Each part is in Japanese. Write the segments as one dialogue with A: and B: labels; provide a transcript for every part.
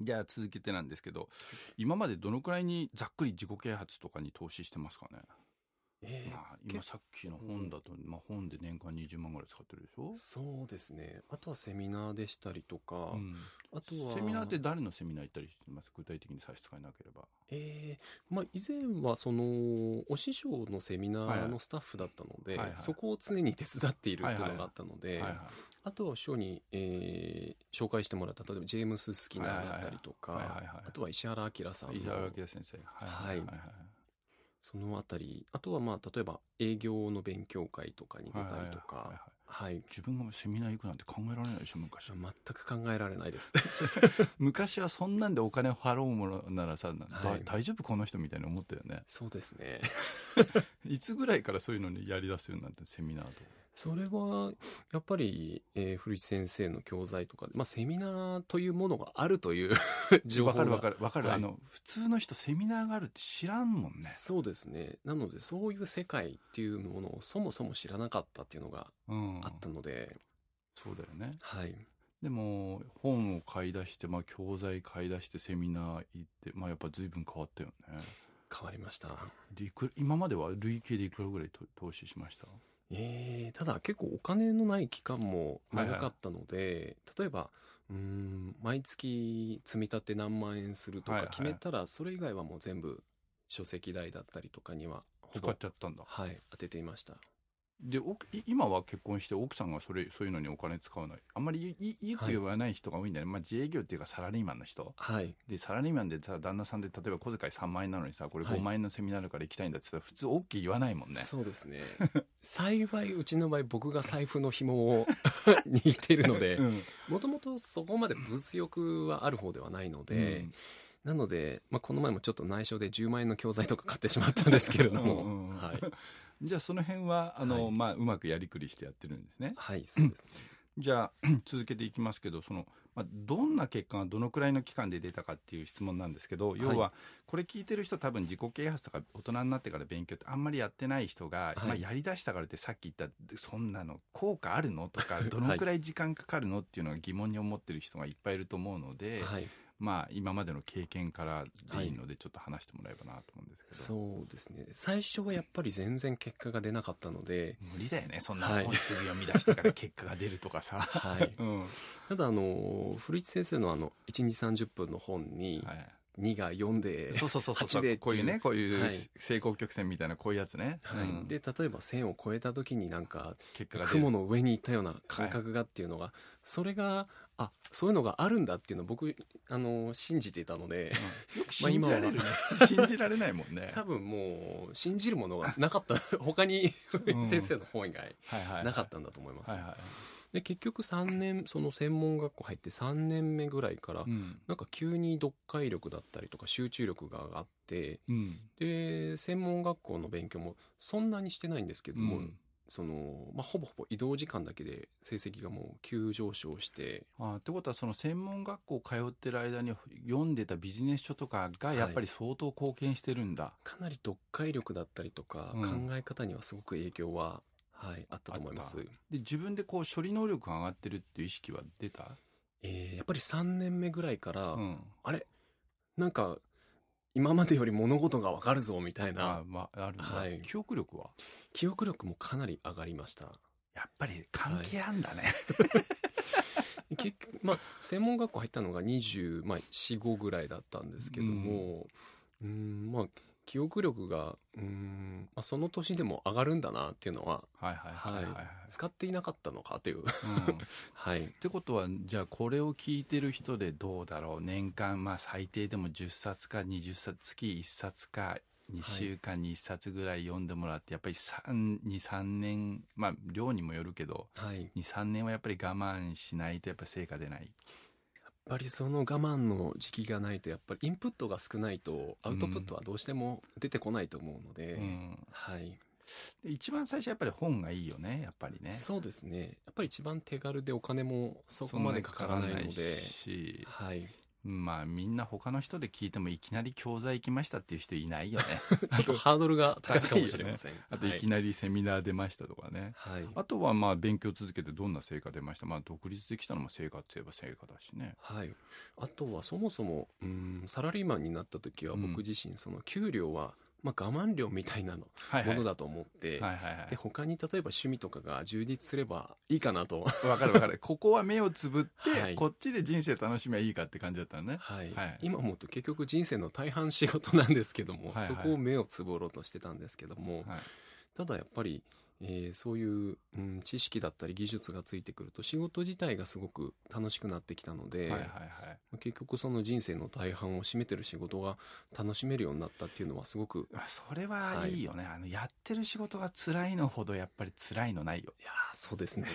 A: じゃあ続けてなんですけど、今までどのくらいにざっくり自己啓発とかに投資してますかね。
B: えー
A: まあ、今さっきの本だと、まあ本で年間20万ぐらい使ってるでしょ。
B: そうですね。あとはセミナーでしたりとか、
A: うん、
B: あとは。
A: セミナーって誰のセミナー行ったりしてます具体的に差し支えなければ。
B: えーまあ、以前はそのお師匠のセミナーのスタッフだったので、
A: はいはい
B: そこを常に手伝っているっていうのがあったの
A: は
B: で、
A: いはい
B: あとは師匠に、えー紹介してもらった例えばジェームス・スキナーだったりとか、
A: はいはいはいはいはい
B: あとは石原明さん
A: 石原
B: の
A: 明先生。は
B: はいそのあたりあとはまあ例えば営業の勉強会とかに出たりと
A: はいはいはい
B: か
A: は
B: はい
A: 自分がセミナー行くなんて考えられないでしょ、 昔。
B: 全く考えられないです
A: 昔はそんなんでお金を払うものならさ、だ
B: はい
A: 大丈夫この人みたいに思ったよね。
B: そうですね
A: いつぐらいからそういうのにやり出すようになってセミナーとか。
B: それは、やっぱり、えー古市先生の教材とかで、まあ、セミナーというものがあるという 情
A: わ
B: 報
A: か
B: が。
A: るわかるわかる、
B: はい
A: あの普通の人セミナーがあるって知らんもんね
B: そうですね。なので、そういう世界っていうものをそもそも知らなかったっていうのが
A: うん
B: あったので、
A: そうだよね
B: はい。
A: でも本を買い出して、まあ、教材買い出してセミナー行って、まあ、やっぱ随分変わったよね
B: 変わりました。
A: でいく今までは累計でいくらぐらいと投資しました
B: えー、ただ結構お金のない期間も長かったので、例えば、うーん、毎月積み立て何万円すると
A: はい
B: か
A: はい
B: 決めたら、それ以外はもう全部書籍代だったりとかには、ほ
A: 使
B: ぼ
A: っ、ちゃったんだ
B: はい、当てていました。
A: で奥い今は結婚して奥さんがそれそういうのにお金使わないあんまりいいよく言わない人が多いんだよね、まあ、自営業っていうかサラリーマンの人
B: はい。
A: でサラリーマンでさ旦那さんで例えば小遣い3万円なのにさこれ
B: はい
A: 5万円のセミナーあるから行きたいんだって言ったら普通 OK 言わないもんね
B: そうですね。幸い、うちの場合、僕が財布の紐を 握っているので、
A: うん
B: もともとそこまで物欲はある方ではないので、
A: うん
B: なので、まあ、この前もちょっと内緒で10万円の教材とか買ってしまったん ですけれども、
A: うんうん
B: はい。
A: じゃあその辺はあの、
B: はい
A: まあ、うまくやりくりしてやってるんですね。
B: はい、そうですね。
A: じゃあ続けていきますけどその、まあ、どんな結果がどのくらいの期間で出たかっていう質問なんですけど
B: い
A: 要はこれ聞いてる人多分自己啓発とか大人になってから勉強ってあんまりやってない人が、
B: はい
A: まあ、やりだしたからってさっき言ったそんなの効果あるのとかどのくらい時間かかるのっていうのが疑問に思ってる人がいっぱいいると思うので、
B: はい。
A: まあ今までの経験からでいいのでちょっと話してもらえばなと思うんですけど。
B: そうですね。最初はやっぱり全然結果が出なかったので、
A: 無理だよねそんな
B: はい
A: 本一部読み出してから結果が出るとか さ
B: はい。
A: うん、は
B: ただ、あの、古市先生のあの、1日30分の本に、
A: い、
B: 2が4で、
A: そうそうそうそう
B: 8でっていう
A: こういうねこうい
B: は
A: う
B: い
A: 成功曲線みたいなこういうやつね、
B: はい
A: うん
B: で例えば線を越えた時になんか
A: 結果が出る
B: 雲の上に行ったような感覚がっていうのが、それがあそういうのがあるんだっていうのを僕あの信じていたので
A: うんよく信じられるね、普通信じられないもんね
B: 多分もう信じるものがなかった 他に
A: ん
B: 先生の本以外
A: はいはい
B: なかったんだと思います。
A: はいはい、
B: で結局3年その専門学校入って3年目ぐらいから、
A: うん
B: なんか急に読解力だったりとか集中力が上がって
A: うん
B: で専門学校の勉強もそんなにしてないんですけども、
A: うん
B: その、まあ、ほぼほぼ移動時間だけで成績がもう急上昇して、
A: あーってことはその専門学校通ってる間に読んでたビジネス書とかがやっぱり相当貢献してるんだ、
B: かなり読解力だったりとか、
A: うん
B: 考え方にはすごく影響は、はい、あったと思います
A: あっ。で自分でこう処理能力が上がってるっていう意識は出た、
B: えーやっぱり3年目ぐらいから、
A: うん、
B: あれなんか、今までより物事がわかるぞ、みたい
A: あ
B: な、
A: まああるんだ、
B: はい
A: 記憶力は
B: 記憶力もかなり上がりました。
A: やっぱり関係あんだね。
B: 結局、まあ、専門学校入ったのが24、まあ、4、5ぐらいだったんですけども、うーん、まあ、記憶力が、うーん、まあ、その年でも上がるんだなっていうのは、
A: はいはいはいはい。はい
B: 使っていなかったのかという。
A: うん、っ
B: はい。
A: てことはじゃあこれを聞いてる人でどうだろう年間まあ最低でも10冊か20冊月1冊か2週間に1冊ぐらい読んでもらってやっぱり23年まあ量にもよるけど
B: はい。やっ
A: 23年はやっぱり我慢しないとやっぱ成果出ない。
B: ぱりその我慢の時期がないと、やっぱりインプットが少ないと、アウトプットはどうしても出てこないと思うので、
A: うん、
B: はい。
A: で一番最初やっぱり本がいいよねやっぱりね。
B: そうですね。やっぱり一番手軽でお金もそこまでかからないの
A: そんに
B: で、
A: し
B: はい。
A: まあみんな他の人で聞いてもいきなり教材行きましたっていう人いないよね
B: ちょっとハードルが高いかもしれません。
A: あと いきなりセミナー出ましたとかね、
B: はい。はい
A: あとはまあ勉強続けてどんな成果出ましたまあ独立できたのも成果って言えば成果だしね
B: はい、あとはそもそもうんサラリーマンになった時は
A: うん
B: 僕自身その給料は、まあ、我慢料みたいなの
A: はいは
B: も
A: い
B: のだと思って、
A: はいはいはい
B: で他に例えば趣味とかが充実すればいいかなと、
A: わかるわかる。ここは目をつぶって、
B: はい
A: こっちで人生楽しみはいいかって感じだったのね。
B: はい
A: はい
B: 今思うと結局人生の大半仕事なんですけども、
A: はいはい
B: そこを目をつぶろうとしてたんですけども、
A: はい
B: ただやっぱり、えーそういう、うん、知識だったり技術がついてくると仕事自体がすごく楽しくなってきたので、
A: はいはいはい。
B: 結局その人生の大半を占めてる仕事が楽しめるようになったっていうのはすごく
A: あそれはいいよね、あのやってる仕事が辛いのほどやっぱり辛いのないよ、
B: いやーそうですね、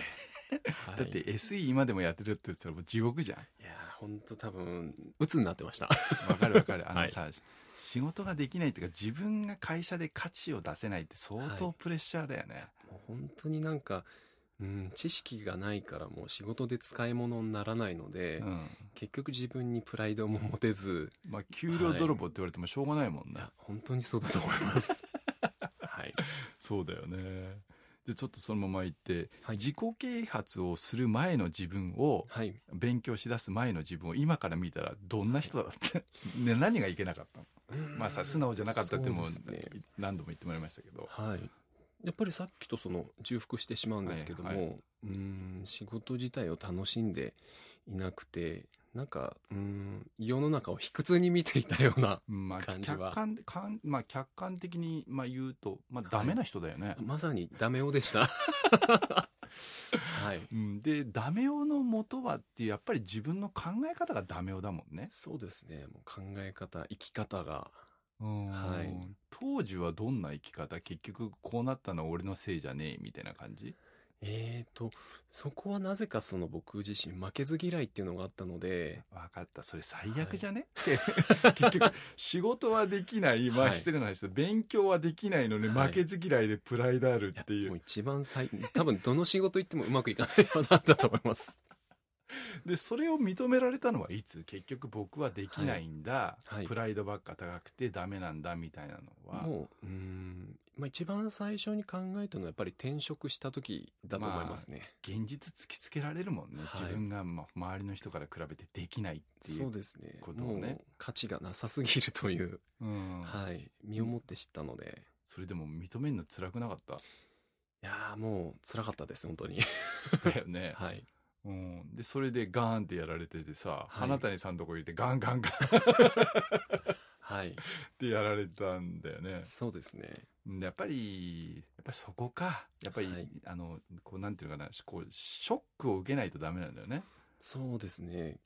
B: は い
A: だって SE 今でもやってるって言ったらもう地獄じゃん
B: いやーほんと多分鬱になってました
A: わかるわかるあのさ、仕事ができないっていうか自分が会社で価値を出せないって相
B: は
A: 当
B: い
A: プレッシャーだよね、
B: もう本当になんか、うん、知識がないからもう仕事で使い物にならないので、
A: うん
B: 結局自分にプライドも持てず
A: まあ給料泥棒って言われてもしょうが ないもん
B: い
A: ね、
B: や本当にそうだと思います はい、
A: そうだよねでちょっとそのまま行って、
B: はい
A: 自己啓発をする前の自分を
B: はい、
A: 勉強しだす前の自分を今から見たらどんな人だって、 ね、何がいけなかったのまあさ素直じゃなかったってもう
B: そうですね
A: 何度も言ってもらいましたけど、
B: はいやっぱりさっきとその重複してしまうんですけども、
A: はいは
B: うん仕事自体を楽しんでいなくてなんかうん世の中を卑屈に見ていたような
A: まあ
B: 感じは
A: 客観かん、まあ、客観的にまあ言うと、まあ、ダメな人だよね。
B: まさにダメ男でした はい
A: うん、でダメ男の元はってやっぱり自分の考え方がダメ男だもんね。
B: そうですねもう考え方生き方が
A: はい
B: い、
A: 当時はどんな生き方結局こうなったのは俺のせいじゃねえみたいな感じ
B: えーとそこはなぜかその僕自身負けず嫌いっていうのがあったので
A: 分かったそれ最悪じゃね、って 結局仕事はできないま
B: は
A: あ
B: い
A: 失礼な話だ勉強はできないのに
B: はい
A: 負けず嫌いでプライドある
B: いや
A: っていう,、
B: もう一番最多分どの仕事行ってもうまくいかないパターンだと思 います
A: でそれを認められたのはいつ結局僕はできないんだ、
B: はいはい
A: プライドばっか高くてダメなんだみたいなのは
B: もううーん、まあ、一番最初に考えたのはやっぱり転職した時だと思いますね、
A: 現実突きつけられるもんね、
B: はい
A: 自分がま周りの人から比べてできないってい
B: そう
A: う
B: ですね
A: ことをね
B: もう価値がなさすぎるという、
A: うん
B: はい身をもって知ったので
A: それでも認めるの辛くなかった
B: いやーもう辛かったです本当に
A: だよね、
B: はい
A: うん、でそれでガーンってやられててさ、
B: い
A: 花谷さんのとこ入れてガンガンガン
B: はい
A: ってやられたんだよね。
B: そうですね
A: うんやっぱり、やっぱりそこか。やっぱり、
B: はい
A: あの、こうなんていうのかな、こう、ショックを受けないとダメなんだよね。
B: そうですね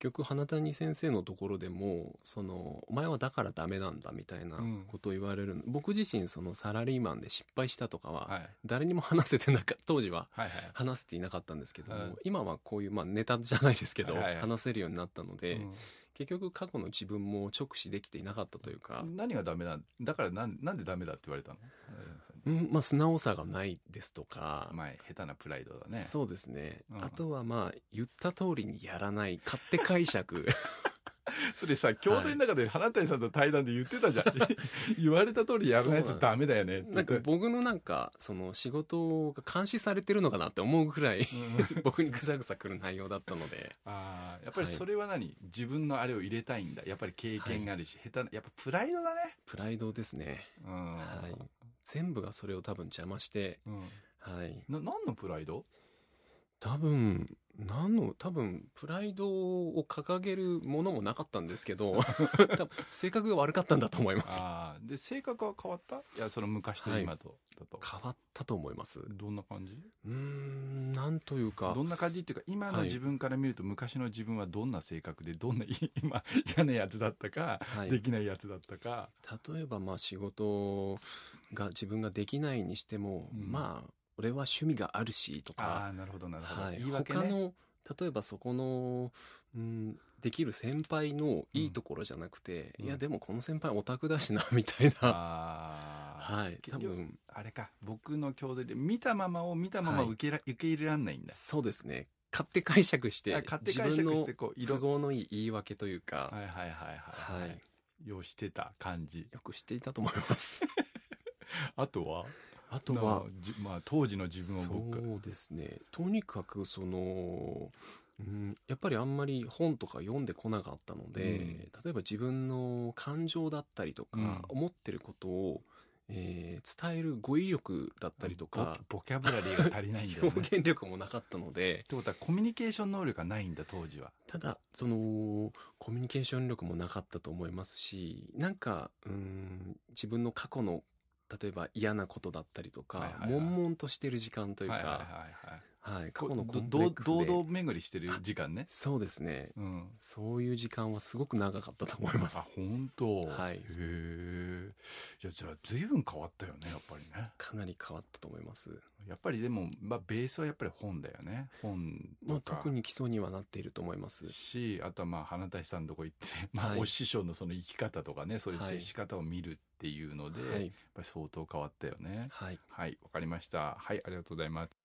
B: 結局花谷先生のところでもそのお前はだからダメなんだみたいな
A: うん
B: ことを言われるの、僕自身そのサラリーマンで失敗したとか
A: は。
B: はい誰にも話せてなか 当時は
A: はいはい。
B: 話せていなかったんですけども、
A: うん
B: 今はこういう、まあ、ネタじゃないですけど、
A: はいはいはい
B: 話せるようになったので、
A: うん
B: 結局過去の自分も直視できていなかったというか、
A: 何がダメなんだからなんなんでダメだって言われたの
B: うんまあ、素直さがないですとか、
A: 前下手なプライドだね
B: そうですね、
A: うん
B: あとはまあ言った通りにやらない勝手解釈
A: それさ兄弟の中で花谷さんと対談で言ってたじゃん 言われた通りやらない
B: そうなんで
A: と
B: す
A: ダメだよねって
B: なんか僕のなんかその仕事が監視されてるのかなって思うぐらい
A: うん
B: 僕にぐさぐさくる内容だったので
A: ああやっぱり
B: はい
A: それは何、自分のあれを入れたいんだやっぱり経験があるし、下手なやっぱプライドだね
B: プライドですね、
A: うん、
B: はい、全部がそれを多分邪魔して、
A: うん、
B: はい、
A: な何のプライ ド
B: 多分何の多分プライドを掲げるものもなかったんです けど多分性格が悪かったんだと思います
A: ああで性格は変わったいやその昔と今と、だと
B: 変わったと思いますう
A: どんな感じ
B: ーんなんというか
A: どんな感じっていうか今の
B: はい
A: 自分から見ると昔の自分はどんな性格でどんな今嫌なやつだったか、
B: はい
A: で
B: 例
A: きないやつだったか
B: えばまあ仕事が自分ができないにしても、
A: うん
B: まあ俺は趣味があるしと
A: あ
B: か、
A: あなるほどなるほど、
B: はい
A: 言い訳
B: 他
A: ね
B: の例えばそこの、うん、できる先輩のいいところじゃなくて、
A: うん
B: いやでもこの先輩オタクだしなみたいな、
A: ああ
B: はい多
A: 結局
B: 分
A: あれか僕の兄弟で見たままを見たまま
B: はい
A: 受けら、受け入れらんないんだ
B: そうですね勝手解釈して
A: あ勝手解釈してこう
B: 自分の都
A: 色
B: 合のいい言い訳というか、
A: はいはいはいはい、
B: はい、
A: ようしてた感じ
B: よくしていたと思い ます。
A: あとは
B: あと
A: まあ
B: は
A: じまあ、当時の自分を僕か
B: そうですねとにかくその、うん、やっぱりあんまり本とか読んでこなかったので、
A: うん
B: 例えば自分の感情だったりとか、
A: うん
B: 思ってることを、えー伝える語彙力だったりとか、
A: ボボキャブラリーが足りないんだよね っ
B: 表現力もなかったので
A: てことはコミュニケーション能力がないんだ当時は
B: ただそのコミュニケーション力もなかったと思いますしなんかうん自分の過去の例えば嫌なことだったりとか、
A: はいはいはい
B: 悶々としてる時間というか、
A: は
B: はいい
A: はいはいはい
B: 過去のコ
A: こ
B: ン
A: う
B: プレックスで
A: ど堂々巡りしてる時間ね
B: そうですね。
A: うん
B: そういう時間はすごく長かったと思います
A: あ。本当
B: はい
A: へえいやじゃあ随分変わったよねやっぱりね
B: かなり変わったと思います。
A: やっぱりでも、まあ、ベースはやっぱり本だよね本
B: まあ
A: とか、
B: 特に基礎にはなっていると思います。
A: しあとはまあ花大さんのとこ行って、まあ
B: は、い
A: お師匠のその生き方とかねそういう
B: はい
A: 接し方を見るっていうので、
B: は
A: やっ
B: い。
A: ぱり相当変わったよね
B: はい。
A: はいわかりましたはいありがとうございます